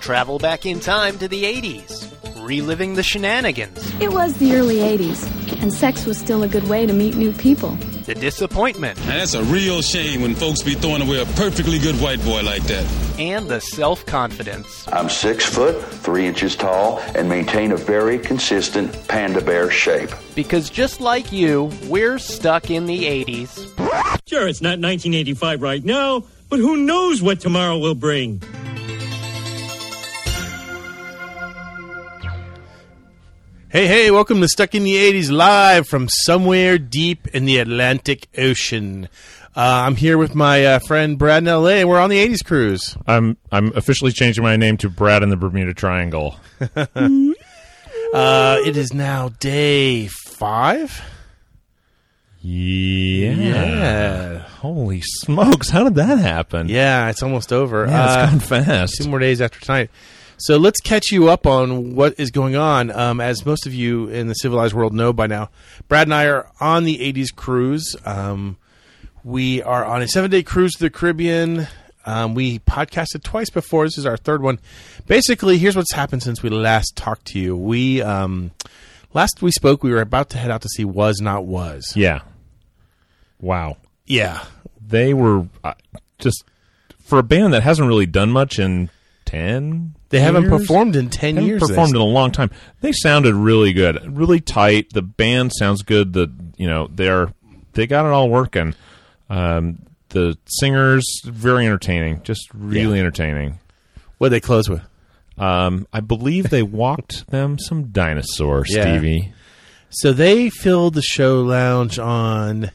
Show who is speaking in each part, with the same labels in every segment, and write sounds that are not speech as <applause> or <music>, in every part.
Speaker 1: Travel back in time to the 80s, reliving the shenanigans,
Speaker 2: It was the early 80s, and sex was still a good way to meet new people.
Speaker 1: the disappointment,
Speaker 3: Now that's a real shame when folks be throwing away a perfectly good white boy like that.
Speaker 1: and the self confidence.
Speaker 4: I'm six foot, three inches tall, and maintain a very consistent panda bear shape.
Speaker 1: Because just like you, we're stuck in the 80s.
Speaker 5: Sure, it's not 1985 right now, but who knows what tomorrow will bring?
Speaker 6: Hey, hey, welcome to Stuck in the 80s live from somewhere deep in the Atlantic Ocean. Uh, I'm here with my uh, friend Brad in LA, and we're on the 80s cruise.
Speaker 7: I'm I'm officially changing my name to Brad in the Bermuda Triangle.
Speaker 6: Uh, it is now day five.
Speaker 7: Yeah.
Speaker 6: Yeah.
Speaker 7: Holy smokes! How did that happen?
Speaker 6: Yeah, it's almost over.
Speaker 7: Yeah, it's
Speaker 6: Uh,
Speaker 7: gone fast.
Speaker 6: two more days after tonight. So let's catch you up on what is going on. Um, as most of you in the civilized world know by now, Brad and I are on the 80s cruise. Um, we are on a seven day cruise to the Caribbean. Um, we podcasted twice before. This is our third one. Basically, here's what's happened since we last talked to you. We um, last we spoke, we were about to head out to see Was Not Was.
Speaker 7: Yeah. Wow.
Speaker 6: Yeah,
Speaker 7: They were uh, just for a band that hasn't really done much in ten.
Speaker 6: they haven't
Speaker 7: years?
Speaker 6: performed in 10
Speaker 7: Haven't
Speaker 6: years. they
Speaker 7: performed in a long time. They sounded really good, really tight. The band sounds good. The you know they're they got it all working. Um, the singers very entertaining, just really entertaining.
Speaker 6: What did they close with?
Speaker 7: Um, I
Speaker 6: <laughs>
Speaker 7: believe they walked them some dinosaur,
Speaker 6: Yeah.
Speaker 7: Stevie.
Speaker 6: So they filled the show lounge on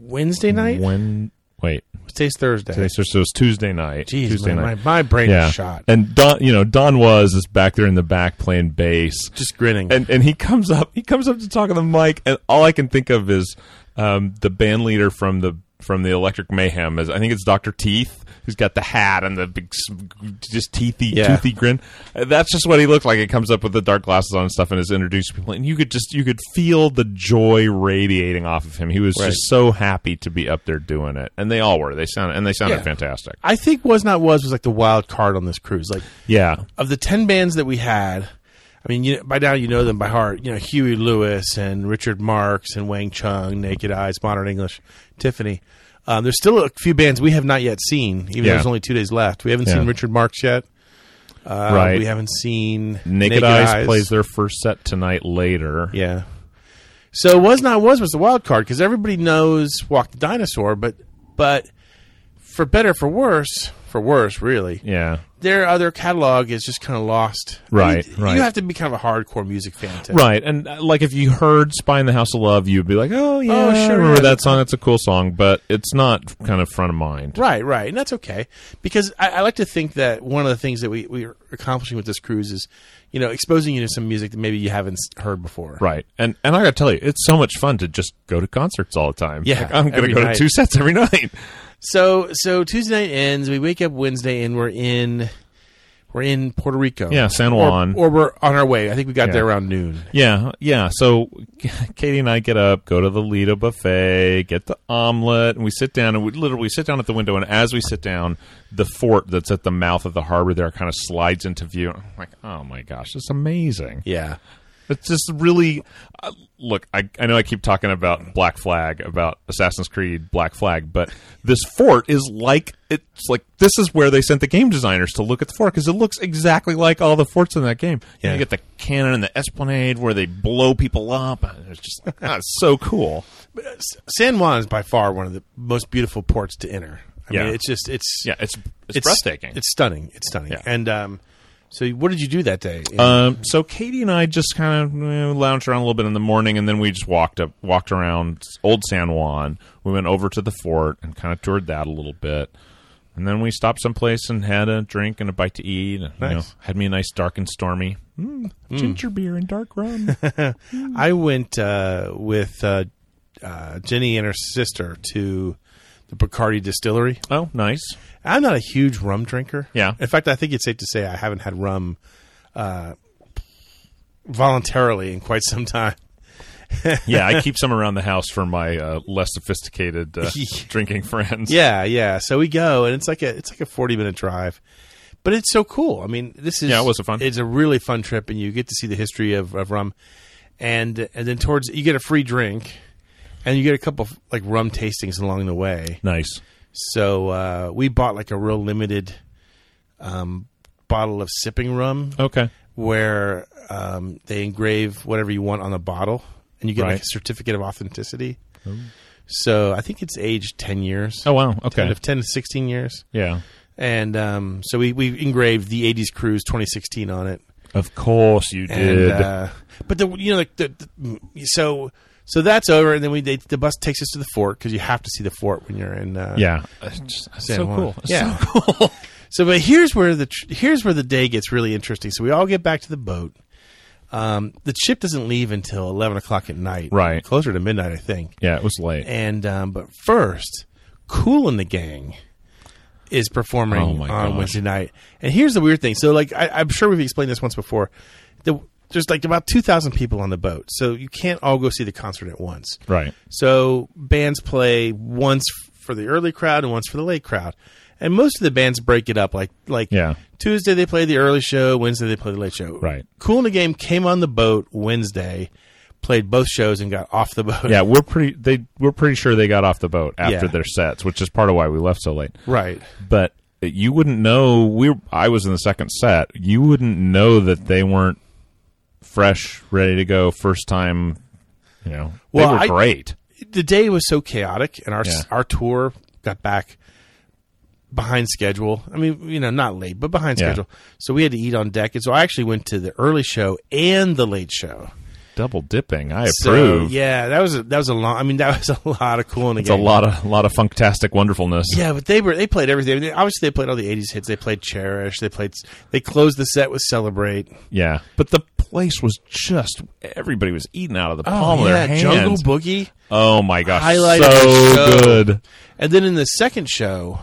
Speaker 6: Wednesday night.
Speaker 7: When wait,
Speaker 6: Today's Thursday.
Speaker 7: today so it was Tuesday night.
Speaker 6: Jeez,
Speaker 7: Tuesday
Speaker 6: my,
Speaker 7: night.
Speaker 6: My, my brain
Speaker 7: yeah,
Speaker 6: is shot.
Speaker 7: and Don, you know, Don was is back there in the back playing bass,
Speaker 6: Just grinning.
Speaker 7: and and he comes up he comes up to talk on the mic and all i can think of is um, the band leader from the from the electric mayhem is i think it's dr teeth who's got the hat and the big s- just teethy
Speaker 6: Yeah.
Speaker 7: toothy grin Uh, that's just what he looked like he comes up with the dark glasses on and stuff and is introduced to people and you could just you could feel the joy radiating off of him he was
Speaker 6: Right.
Speaker 7: just so happy to be up there doing it and they all were they sounded and they sounded
Speaker 6: Yeah.
Speaker 7: fantastic
Speaker 6: I think Was Not Was was like the wild card on this cruise. Like
Speaker 7: yeah
Speaker 6: of the ten bands that we had, I mean, you, by now you know them by heart. You know Huey Lewis and Richard Marx and Wang Chung, Naked Eyes, Modern English, Tiffany. Um, there's still a few bands we have not yet seen, even though
Speaker 7: Yeah.
Speaker 6: there's only two days left. We haven't
Speaker 7: Yeah.
Speaker 6: seen Richard Marx yet. Uh,
Speaker 7: Right.
Speaker 6: We haven't seen
Speaker 7: naked, eyes, plays their first set tonight later
Speaker 6: Yeah. So was not was was the wild card because everybody knows Walk the Dinosaur, but but for better for worse for worse really
Speaker 7: yeah.
Speaker 6: their other catalog is just kind of lost. I mean,
Speaker 7: Right, right.
Speaker 6: You have to be kind of a hardcore music fan to
Speaker 7: Right, and uh, like if you heard "Spy in the House of Love," you'd be like, "Oh yeah,
Speaker 6: Oh,
Speaker 7: I
Speaker 6: sure,
Speaker 7: remember
Speaker 6: yeah,
Speaker 7: that song? That's a cool song," but it's not kind of front of mind.
Speaker 6: Right, right, and that's okay because I, I like to think that one of the things that we we are accomplishing with this cruise is, you know, exposing you to some music that maybe you haven't s- heard before.
Speaker 7: Right, and and I gotta tell you, it's so much fun to just go to concerts all the time.
Speaker 6: Yeah,
Speaker 7: Like, I'm gonna
Speaker 6: every
Speaker 7: go
Speaker 6: night.
Speaker 7: to two sets every <laughs> night.
Speaker 6: So so Tuesday night ends. We wake up Wednesday and we're in we're in Puerto Rico.
Speaker 7: Yeah, San
Speaker 6: Or-
Speaker 7: Juan.
Speaker 6: Or, we're on our way. I think we got
Speaker 7: Yeah.
Speaker 6: there around noon.
Speaker 7: yeah, yeah. So <laughs> Katie and I get up, go to the Lido buffet, get the omelet, and we sit down. And we literally we sit down at the window, and as we sit down, the fort that's at the mouth of the harbor there kind of slides into view. I'm like, oh my gosh, it's amazing.
Speaker 6: Yeah.
Speaker 7: It's just really uh, look. I, I know I keep talking about Black Flag, about Assassin's Creed Black Flag, but this fort is like it's like this is where they sent the game designers to look at the fort because it looks exactly like all the forts in that game.
Speaker 6: Yeah.
Speaker 7: You get the cannon and the esplanade where they blow people up. and It's just <laughs> ah, it's so cool.
Speaker 6: San Juan is by far one of the most beautiful ports to enter. I
Speaker 7: Yeah.
Speaker 6: mean, it's just it's
Speaker 7: Yeah, it's it's, breathtaking.
Speaker 6: It's stunning. It's stunning.
Speaker 7: Yeah.
Speaker 6: And um, so what did you do that day?
Speaker 7: Um, so Katie and I just kind of you know, lounged around a little bit in the morning, and then we just walked up, walked around Old San Juan. We went over to the fort and kind of toured that a little bit, and then we stopped someplace and had a drink and a bite to eat. And, you know,
Speaker 6: Nice.
Speaker 7: had me a nice dark and stormy Mm, ginger beer and dark rum.
Speaker 6: I went uh, with uh, uh, Jenny and her sister to the Bacardi Distillery.
Speaker 7: <laughs> oh, nice.
Speaker 6: I'm not a huge rum drinker.
Speaker 7: Yeah.
Speaker 6: In fact, I think it's safe to say I haven't had rum uh, voluntarily in quite some time.
Speaker 7: Yeah, I keep some around the house for my uh, less <laughs> sophisticated uh, drinking friends.
Speaker 6: Yeah, yeah. So we go, and it's like a it's like a forty minute drive, But it's so cool. I mean, this is
Speaker 7: Yeah, it was a fun-
Speaker 6: It's a really fun trip, and you get to see the history of, of rum, and and then towards you get a free drink, and you get a couple of, like rum tastings along the way.
Speaker 7: Nice.
Speaker 6: So uh, we bought like a real limited um, bottle of sipping rum
Speaker 7: Okay.
Speaker 6: where um, they engrave whatever you want on the bottle, and you get like
Speaker 7: Right.
Speaker 6: a certificate of authenticity. So I think it's aged ten years.
Speaker 7: Oh wow.
Speaker 6: Ten
Speaker 7: Okay.
Speaker 6: to, 10 to sixteen years,
Speaker 7: Yeah.
Speaker 6: and um, so we we engraved the '80s Cruise 2016 on it,
Speaker 7: Of course you
Speaker 6: and
Speaker 7: did.
Speaker 6: uh, but the you know like the, the- so so that's over, and then we they, the bus takes us to the fort because you have to see the fort when you're in uh,
Speaker 7: yeah. It's just- it's
Speaker 6: San
Speaker 7: so
Speaker 6: Juan.
Speaker 7: cool. It's
Speaker 6: Yeah. <laughs>
Speaker 7: So cool.
Speaker 6: So, but here's where the tr- here's where the day gets really interesting. So we all get back to the boat. Um, the ship doesn't leave until eleven o'clock at night,
Speaker 7: Right.
Speaker 6: Closer to midnight, I think.
Speaker 7: yeah. It was late.
Speaker 6: And um, but first, Cool and the Gang is performing
Speaker 7: Oh,
Speaker 6: on
Speaker 7: my gosh.
Speaker 6: Wednesday night. And here's the weird thing. So, like, I, I'm sure we've explained this once before. The, there's like about two thousand people on the boat, so you can't all go see the concert at once.
Speaker 7: Right.
Speaker 6: So bands play once for the early crowd and once for the late crowd. And most of the bands break it up like like
Speaker 7: Yeah.
Speaker 6: Tuesday they play the early show, Wednesday they play the late show.
Speaker 7: Right.
Speaker 6: Cool in the Game came on the boat Wednesday, played both shows and got off the boat.
Speaker 7: Yeah, we're pretty. They we're pretty sure they got off the boat after
Speaker 6: Yeah.
Speaker 7: their sets, which is part of why we left so late.
Speaker 6: <laughs> Right.
Speaker 7: But you wouldn't know. We I was in the second set. You wouldn't know that they weren't fresh, ready to go, first time. You know,
Speaker 6: Well,
Speaker 7: they were
Speaker 6: I-
Speaker 7: great.
Speaker 6: The day was so chaotic and our s
Speaker 7: Yeah.
Speaker 6: our tour got back behind schedule. I mean, you know, not late, but behind
Speaker 7: Yeah.
Speaker 6: schedule. So we had to eat on deck. And so I actually went to the early show and the late show.
Speaker 7: Double dipping. I
Speaker 6: So,
Speaker 7: approve.
Speaker 6: yeah, that was a, that was a long. I mean, that was a lot of cool in the
Speaker 7: It's a lot of lot of funktastic wonderfulness.
Speaker 6: Yeah, but they were they played everything. They- obviously, they played all the '80s hits. They played "Cherish." They played. They closed the set with "Celebrate."
Speaker 7: Yeah. But the place was just everybody was eating out of the palm of their
Speaker 6: Jungle
Speaker 7: Oh, hands.
Speaker 6: Boogie.
Speaker 7: oh my gosh,
Speaker 6: Highlight of the show.
Speaker 7: so good.
Speaker 6: And then in the second show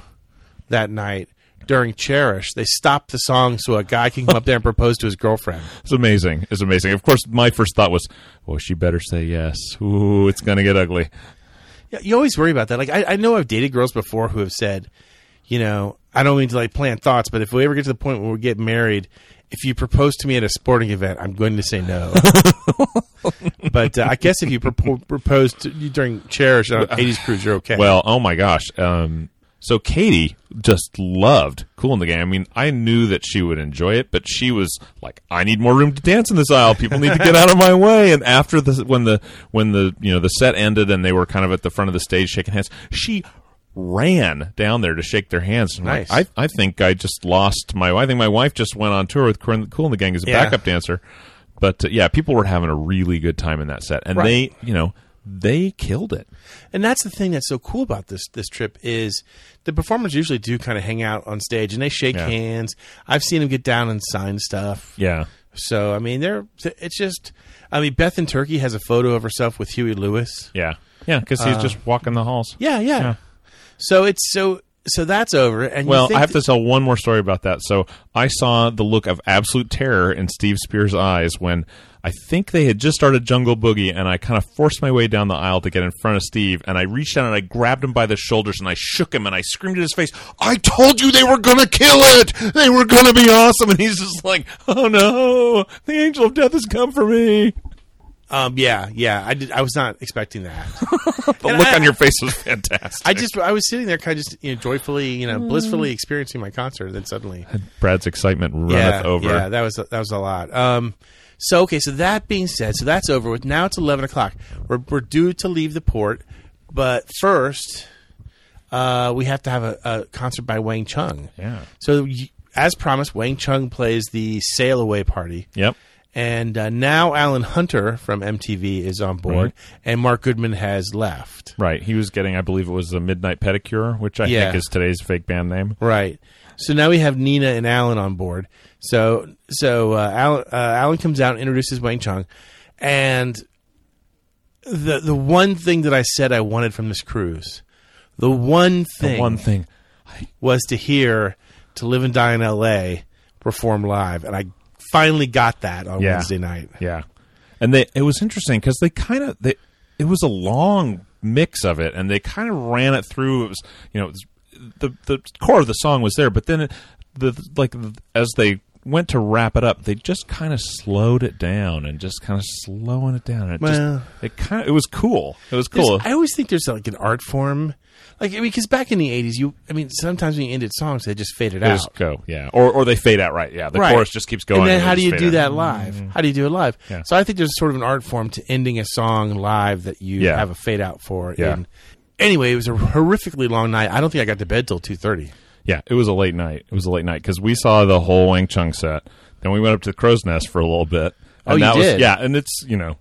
Speaker 6: that night during "Cherish," they stopped the song so a guy can come up there and propose to his girlfriend.
Speaker 7: It's amazing. It's amazing. Of course, my first thought was, "Well, she better say yes. Ooh, it's gonna get ugly."
Speaker 6: Yeah, you always worry about that. Like I, I know I've dated girls before who have said, you know, I don't mean to like plant thoughts, but if we ever get to the point where we get married, if you propose to me at a sporting event, I'm going to say no.
Speaker 7: <laughs>
Speaker 6: but uh, I guess if you propo- propose to you during cherish
Speaker 7: <laughs>
Speaker 6: on an 80s cruise, you're okay.
Speaker 7: Well, oh my gosh. Um, so Katie just loved Cool in the Game. I mean, I knew that she would enjoy it, but she was like, "I need more room to dance in this aisle. People need to get out of my way." And after the when the when the you know the set ended and they were kind of at the front of the stage shaking hands, she ran down there to shake their hands. And I'm like,
Speaker 6: Nice.
Speaker 7: I I think I just lost my. I think my wife just went on tour with Cool Cool in the Gang as a
Speaker 6: Yeah.
Speaker 7: backup dancer. But uh, yeah, people were having a really good time in that set, and
Speaker 6: Right.
Speaker 7: they you know they killed it.
Speaker 6: and that's the thing that's so cool about this this trip is the performers usually do kind of hang out on stage and they shake
Speaker 7: Yeah.
Speaker 6: hands. I've seen them get down and sign stuff.
Speaker 7: Yeah.
Speaker 6: So I mean, they're it's just. I mean, Beth and Turkey has a photo of herself with Huey Lewis.
Speaker 7: Yeah, yeah, because he's just walking the halls.
Speaker 6: Uh, Yeah, yeah. So it's so so that's over. And you
Speaker 7: Well,
Speaker 6: think
Speaker 7: I have to
Speaker 6: th-
Speaker 7: tell one more story about that. So I saw the look of absolute terror in Steve Spears' eyes when I think they had just started Jungle Boogie, and I kind of forced my way down the aisle to get in front of Steve, and I reached out and I grabbed him by the shoulders and I shook him and I screamed at his face, "I told you they were gonna kill it! They were gonna be awesome!" And he's just like, "Oh no, the angel of death has come for me."
Speaker 6: um, yeah, yeah. I did. I was not expecting that.
Speaker 7: The
Speaker 6: And
Speaker 7: look
Speaker 6: I-
Speaker 7: on your face was fantastic.
Speaker 6: I just I was sitting there, kind of just you know, joyfully, you know, blissfully experiencing my concert. And then suddenly,
Speaker 7: Brad's excitement
Speaker 6: yeah,
Speaker 7: runneth over.
Speaker 6: yeah, that was that was a lot. Um, so okay, so that being said, so that's over with. Now it's eleven o'clock. We're we're due to leave the port, but first, uh, we have to have a, a concert by Wang Chung.
Speaker 7: Yeah.
Speaker 6: So y- as promised, Wang Chung plays the sail away party.
Speaker 7: Yep.
Speaker 6: And uh, now Alan Hunter from MTV is on board,
Speaker 7: Right.
Speaker 6: and Mark Goodman has left.
Speaker 7: Right. He was getting, I believe it was the Midnight Pedicure, which I
Speaker 6: Yeah.
Speaker 7: think is today's fake band name.
Speaker 6: Right. So now we have Nina and Alan on board. So so uh, Alan, uh, Alan comes out, introduces Wang Chung, and the the one thing that I said I wanted from this cruise, the one thing,
Speaker 7: The one thing.
Speaker 6: was to hear "To Live and Die in L.A." perform live, and I finally got that on
Speaker 7: Yeah.
Speaker 6: Wednesday night.
Speaker 7: Yeah. And they, it was interesting because they kind of, they, it was a long mix of it and they kind of ran it through. It was, you know, it was, the, the core of the song was there, but then it, the like as they went to wrap it up, they just kind of slowed it down and just kind of slowing it down. And it
Speaker 6: Well.
Speaker 7: just it kind of it was cool. It was
Speaker 6: There's-
Speaker 7: cool.
Speaker 6: I always think there's like an art form, like because back in the '80s, you I mean, sometimes when you ended songs, they just faded
Speaker 7: They
Speaker 6: out.
Speaker 7: just go, yeah, or or they fade out, right? Yeah, the chorus just keeps going.
Speaker 6: And then
Speaker 7: they
Speaker 6: how do
Speaker 7: just
Speaker 6: you
Speaker 7: fade
Speaker 6: do
Speaker 7: out. Mm-hmm.
Speaker 6: that live? How do you do it live?
Speaker 7: Yeah.
Speaker 6: So I think there's sort of an art form to ending a song live that you
Speaker 7: Yeah.
Speaker 6: have a fade out for.
Speaker 7: Yeah.
Speaker 6: And anyway, it was a horrifically long night. I don't think I got to bed till two thirty.
Speaker 7: Yeah, it was a late night. It was a late night because we saw the whole Wang Chung set. Then we went up to the Crow's Nest for a little bit.
Speaker 6: Oh,
Speaker 7: And
Speaker 6: you
Speaker 7: that
Speaker 6: did?
Speaker 7: Was, yeah, and it's you know,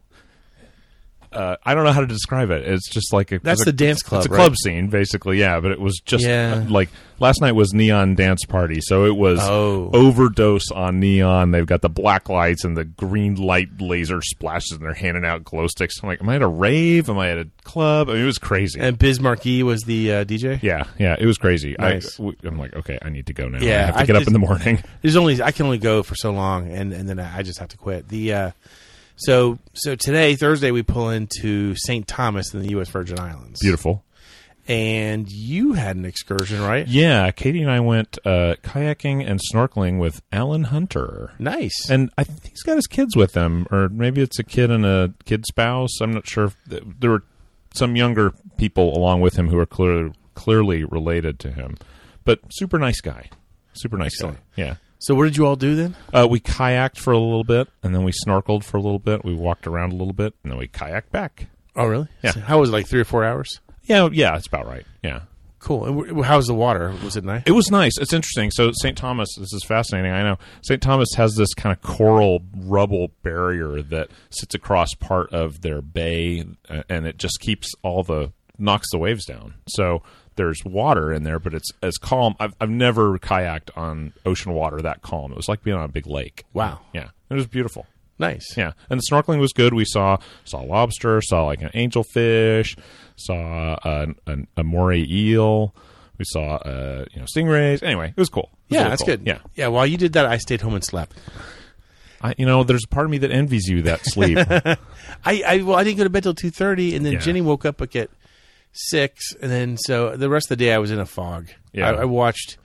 Speaker 7: uh, I don't know how to describe it. It's just like a
Speaker 6: That's
Speaker 7: it's a-
Speaker 6: the dance club,
Speaker 7: It's a
Speaker 6: right?
Speaker 7: club scene, basically. Yeah, but it was just
Speaker 6: Yeah.
Speaker 7: uh, like last night was neon dance party, so it was
Speaker 6: Oh.
Speaker 7: overdose on neon. They've got the black lights and the green light laser splashes, and they're handing out glow sticks. I'm like, am I at a rave? Am I at a club? I mean, it was crazy.
Speaker 6: And Biz Markie was the uh, DJ.
Speaker 7: Yeah, yeah, it was crazy.
Speaker 6: Nice.
Speaker 7: I, am like, okay, I need to go now.
Speaker 6: Yeah,
Speaker 7: I have to
Speaker 6: I
Speaker 7: get up
Speaker 6: just-
Speaker 7: in the morning. <laughs>
Speaker 6: There's only I can only go for so long, and and then I I just have to quit. The uh, so so today Thursday we pull into St. Thomas in the U.S. Virgin Islands.
Speaker 7: Beautiful.
Speaker 6: And you had an excursion, right?
Speaker 7: Yeah, Katie and I went uh, kayaking and snorkeling with Alan Hunter,
Speaker 6: Nice.
Speaker 7: and I think he's got his kids with him, or maybe it's a kid and a kid spouse. I'm not sure. If th- there were some younger people along with him who are clear, clearly related to him, but super nice guy. Super nice
Speaker 6: Excellent.
Speaker 7: guy. Yeah.
Speaker 6: so what did you all do then?
Speaker 7: Uh, we kayaked for a little bit, and then we snorkeled for a little bit. We walked around a little bit, and then we kayaked back.
Speaker 6: Oh, really?
Speaker 7: Yeah.
Speaker 6: So how was it, like three or four hours?
Speaker 7: Yeah, oh, yeah, it's about right. Yeah.
Speaker 6: Cool. And wh- how was the water? Was it nice?
Speaker 7: It was nice. It's interesting. So St. Thomas, this is fascinating. I know St. Thomas has this kind of coral rubble barrier that sits across part of their bay, uh, and it just keeps all the knocks the waves down. So there's water in there, but it's as calm. I've I've never kayaked on ocean water that calm. It was like being on a big lake.
Speaker 6: Wow.
Speaker 7: Yeah, it was beautiful.
Speaker 6: Nice.
Speaker 7: Yeah, and the snorkeling was good. We saw saw lobster, saw like an angelfish, saw uh, an, an, a moray eel. We saw uh, you know stingrays. Anyway, it was cool. It was
Speaker 6: Yeah,
Speaker 7: really
Speaker 6: that's
Speaker 7: cool.
Speaker 6: good.
Speaker 7: Yeah,
Speaker 6: Yeah. While you did that, I stayed home and slept.
Speaker 7: I, you know, there's a part of me that envies you that
Speaker 6: <laughs>
Speaker 7: sleep.
Speaker 6: I, I well, I didn't go to bed till two thirty, and then
Speaker 7: Yeah.
Speaker 6: Jenny woke up like at six, and then so the rest of the day I was in a fog.
Speaker 7: Yeah.
Speaker 6: I, I watched,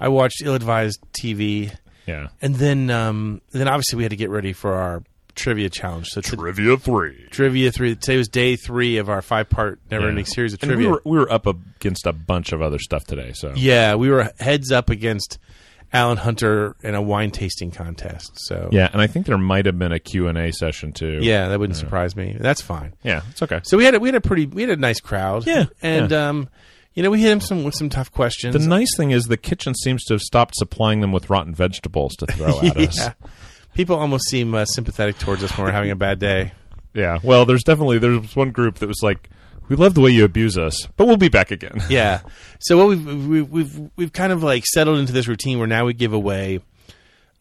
Speaker 6: I watched ill-advised TV,
Speaker 7: yeah,
Speaker 6: and then um, then obviously we had to get ready for our trivia challenge. So t-
Speaker 7: trivia three.
Speaker 6: trivia three. Today was day three of our five-part never-ending
Speaker 7: Yeah.
Speaker 6: series of
Speaker 7: And
Speaker 6: trivia.
Speaker 7: We were, we were up against a bunch of other stuff today. So
Speaker 6: yeah, we were heads up against Alan Hunter in a wine tasting contest. So
Speaker 7: yeah, and I think there might have been a Q and A session too.
Speaker 6: yeah, that wouldn't surprise me. That's fine.
Speaker 7: yeah, it's okay.
Speaker 6: So we had a, we had a pretty we had a nice crowd.
Speaker 7: Yeah,
Speaker 6: and
Speaker 7: yeah.
Speaker 6: um, you know, we hit him some with some tough questions.
Speaker 7: the nice thing is the kitchen seems to have stopped supplying them with rotten vegetables to throw at
Speaker 6: <laughs>
Speaker 7: us.
Speaker 6: yeah. People almost seem uh, sympathetic towards us when we're having a bad day.
Speaker 7: Yeah. Well, there's definitely there's one group that was like, "We love the way you abuse us, but we'll be back <laughs> again."
Speaker 6: Yeah. So what we've we've we've, we've kind of like settled into this routine where now we give away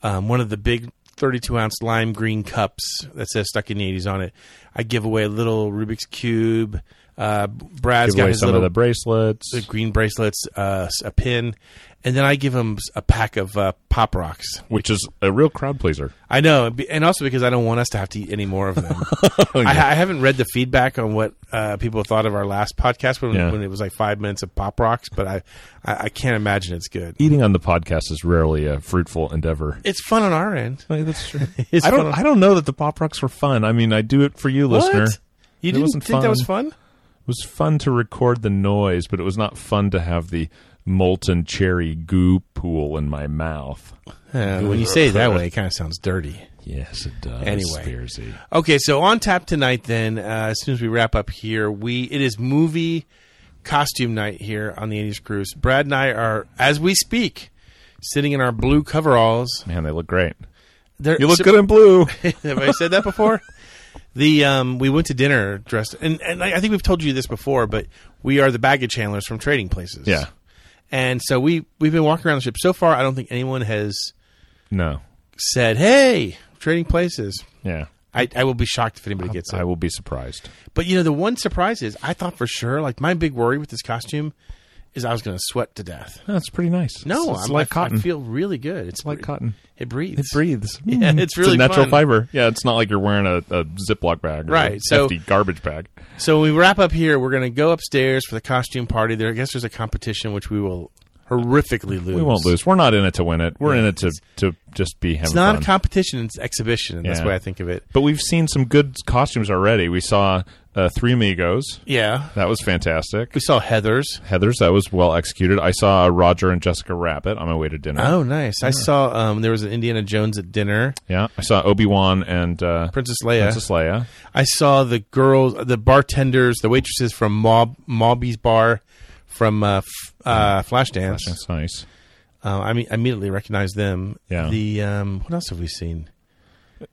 Speaker 6: um, one of the big. 32 ounce lime green cups that says stuck in the 80s on it. I give away a little Rubik's Cube. Uh, Brad's
Speaker 7: Give
Speaker 6: got
Speaker 7: away
Speaker 6: his
Speaker 7: some
Speaker 6: little
Speaker 7: of the bracelets.
Speaker 6: the green bracelets, uh, s- a pin, and then I give him a pack of uh, pop rocks.
Speaker 7: Which is a real crowd pleaser.
Speaker 6: I know, be- and also because I don't want us to have to eat any more of
Speaker 7: <laughs>
Speaker 6: them.
Speaker 7: Oh,
Speaker 6: I, I haven't read the feedback on what uh, people thought of our last podcast when,
Speaker 7: Yeah.
Speaker 6: when it was like five minutes of pop rocks, but I, I, I can't imagine it's good.
Speaker 7: Eating on the podcast is rarely a fruitful endeavor.
Speaker 6: It's fun on our end.
Speaker 7: That's true.
Speaker 6: <laughs> It's
Speaker 7: I
Speaker 6: fun.
Speaker 7: don't. I don't know that the pop rocks were fun. I mean, I do it for you, listener.
Speaker 6: What? You
Speaker 7: It
Speaker 6: didn't
Speaker 7: wasn't
Speaker 6: think that was fun?
Speaker 7: It was fun to record the noise, but it was not fun to have the molten cherry goo pool in my mouth.
Speaker 6: Uh, when you say it that way, it kind of sounds dirty.
Speaker 7: Yes, it does.
Speaker 6: Anyway.
Speaker 7: Spearsy.
Speaker 6: Okay, so on tap tonight. Then, uh, as soon as we wrap up here, we it is movie costume night here on the 80s Cruise. Brad and I are, as we speak, sitting in our blue coveralls.
Speaker 7: man, they look great.
Speaker 6: They're-
Speaker 7: You look good in blue.
Speaker 6: <laughs>
Speaker 7: <laughs>
Speaker 6: Have I said that before? The um, we went to dinner dressed, and and I I think we've told you this before, but we are the baggage handlers from Trading Places.
Speaker 7: Yeah.
Speaker 6: and so we we've been walking around the ship so far. I don't think anyone has
Speaker 7: no.
Speaker 6: said, "Hey, Trading Places."
Speaker 7: Yeah.
Speaker 6: I, I will be shocked if anybody gets it.
Speaker 7: I will be surprised.
Speaker 6: But you know, the one surprise is I thought for sure, like my big worry with this costume is I was going to sweat to death.
Speaker 7: That's pretty nice.
Speaker 6: No,
Speaker 7: it's, it's
Speaker 6: I'm,
Speaker 7: like
Speaker 6: I,
Speaker 7: cotton.
Speaker 6: I feel really good. It's
Speaker 7: like
Speaker 6: bre-
Speaker 7: cotton.
Speaker 6: It breathes.
Speaker 7: it breathes.
Speaker 6: <laughs> Yeah,
Speaker 7: Mm.
Speaker 6: it's really
Speaker 7: a natural
Speaker 6: fun.
Speaker 7: fiber. Yeah, it's not like you're wearing a, a Ziploc bag, or
Speaker 6: Right,
Speaker 7: A
Speaker 6: so-
Speaker 7: hefty garbage bag.
Speaker 6: So when we wrap up here, we're going to go upstairs for the costume party. There, I guess there's a competition which we will horrifically lose.
Speaker 7: We won't lose. We're not in it to win it. We're in it to, to just be having
Speaker 6: It's not
Speaker 7: fun.
Speaker 6: a competition; it's exhibition. and That's
Speaker 7: Yeah.
Speaker 6: the way I think of it.
Speaker 7: but we've seen some good costumes already. We saw uh, Three Amigos.
Speaker 6: Yeah,
Speaker 7: That was fantastic.
Speaker 6: we saw Heather's.
Speaker 7: Heather's, that was well executed. I saw Roger and Jessica Rabbit on my way to dinner.
Speaker 6: Oh, nice! I saw um, there was an Indiana Jones at dinner.
Speaker 7: Yeah. I saw Obi Wan and uh,
Speaker 6: Princess Leia.
Speaker 7: Princess Leia.
Speaker 6: I saw the girls, the bartenders, the waitresses from Mob Mobby's bar from uh, f- uh, Flashdance.
Speaker 7: That's nice.
Speaker 6: Uh, I mean, I immediately recognized them.
Speaker 7: Yeah.
Speaker 6: The um, what else have we seen?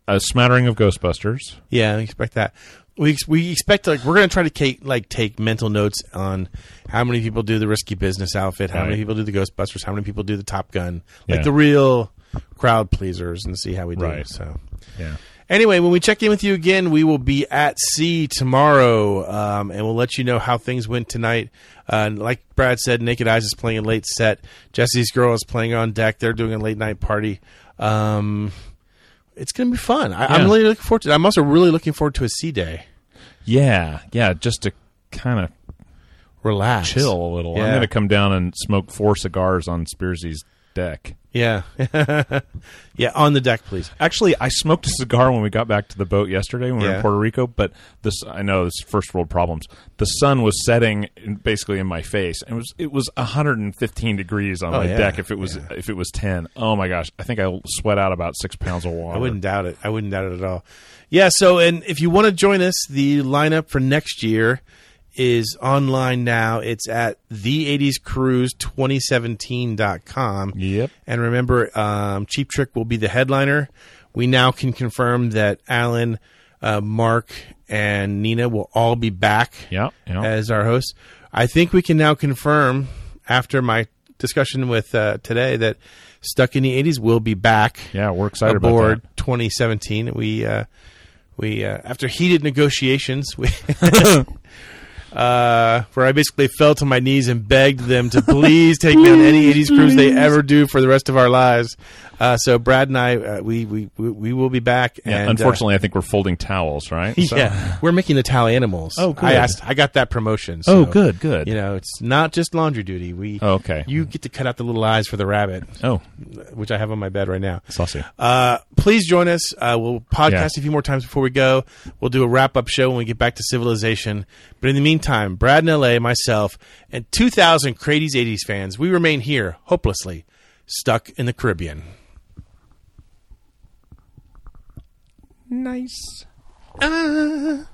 Speaker 7: A smattering of Ghostbusters.
Speaker 6: Yeah, we expect that. We ex- we expect like we're going to try to take like take mental notes on how many people do the risky business outfit, how many
Speaker 7: Right.
Speaker 6: people do the Ghostbusters, how many people do the Top Gun, like
Speaker 7: Yeah.
Speaker 6: the real crowd pleasers, and see how we do.
Speaker 7: Right.
Speaker 6: So.
Speaker 7: Yeah.
Speaker 6: Anyway, when we check in with you again, we will be at sea tomorrow, um, and we'll let you know how things went tonight. Uh, and like Brad said, Naked Eyes is playing a late set. Jesse's Girl is playing on deck. They're doing a late night party. Um, it's going to be fun. I, I'm
Speaker 7: Yeah.
Speaker 6: really looking forward to. it. I'm also really looking forward to a sea day.
Speaker 7: Yeah. Yeah. Just to kind of
Speaker 6: Relax,
Speaker 7: chill a little. I'm
Speaker 6: Yeah.
Speaker 7: going to come down and smoke four cigars on Spearsy's deck.
Speaker 6: Yeah, <laughs> yeah, on the deck, please.
Speaker 7: Actually, I smoked a cigar when we got back to the boat yesterday when we were
Speaker 6: Yeah.
Speaker 7: in Puerto Rico. But this, I know, this is first world problems. The sun was setting in- basically in my face, and it was it was 115 degrees on
Speaker 6: Oh,
Speaker 7: my
Speaker 6: yeah.
Speaker 7: deck. If it was
Speaker 6: Yeah.
Speaker 7: if it was 10, oh my gosh, I think I sweat out about six pounds of water.
Speaker 6: I wouldn't doubt it. I wouldn't doubt it at all. Yeah. So, and if you want to join us, the lineup for next year is online now. It's at the80scruise2017.com.
Speaker 7: Yep.
Speaker 6: And remember, um, Cheap Trick will be the headliner. We now can confirm that Alan, uh, Mark, and Nina will all be back
Speaker 7: Yeah, yeah.
Speaker 6: as our hosts. I think we can now confirm after my discussion with uh, today that Stuck in the 80s will be back
Speaker 7: Yeah, we're excited about
Speaker 6: aboard
Speaker 7: that.
Speaker 6: 2017. We uh, we uh, after heated negotiations, we, <laughs> uh, where I basically fell to my knees and begged them to please take me on any
Speaker 7: <laughs>
Speaker 6: 80s cruise they ever do for the rest of our lives. Uh, so Brad and I, uh, we, we we we will be back.
Speaker 7: Yeah,
Speaker 6: and, uh,
Speaker 7: unfortunately, I think we're folding
Speaker 6: <laughs>
Speaker 7: towels, right? So-
Speaker 6: yeah, we're making the tally animals.
Speaker 7: Oh, good.
Speaker 6: I asked. I got that promotion. So,
Speaker 7: Oh, good, good.
Speaker 6: You know, it's not just laundry duty. We
Speaker 7: Oh, okay.
Speaker 6: You get to cut out the little eyes for the rabbit,
Speaker 7: Oh,
Speaker 6: which I have on my bed right now.
Speaker 7: saucy.
Speaker 6: Uh, please join us. Uh, we'll podcast
Speaker 7: Yeah.
Speaker 6: a few more times before we go. We'll do a wrap up show when we get back to civilization. But in the meantime, Brad and LA, myself, and 2,000 Crady's 80s fans, we remain here, hopelessly, stuck in the Caribbean.
Speaker 7: Nice.
Speaker 6: Ah.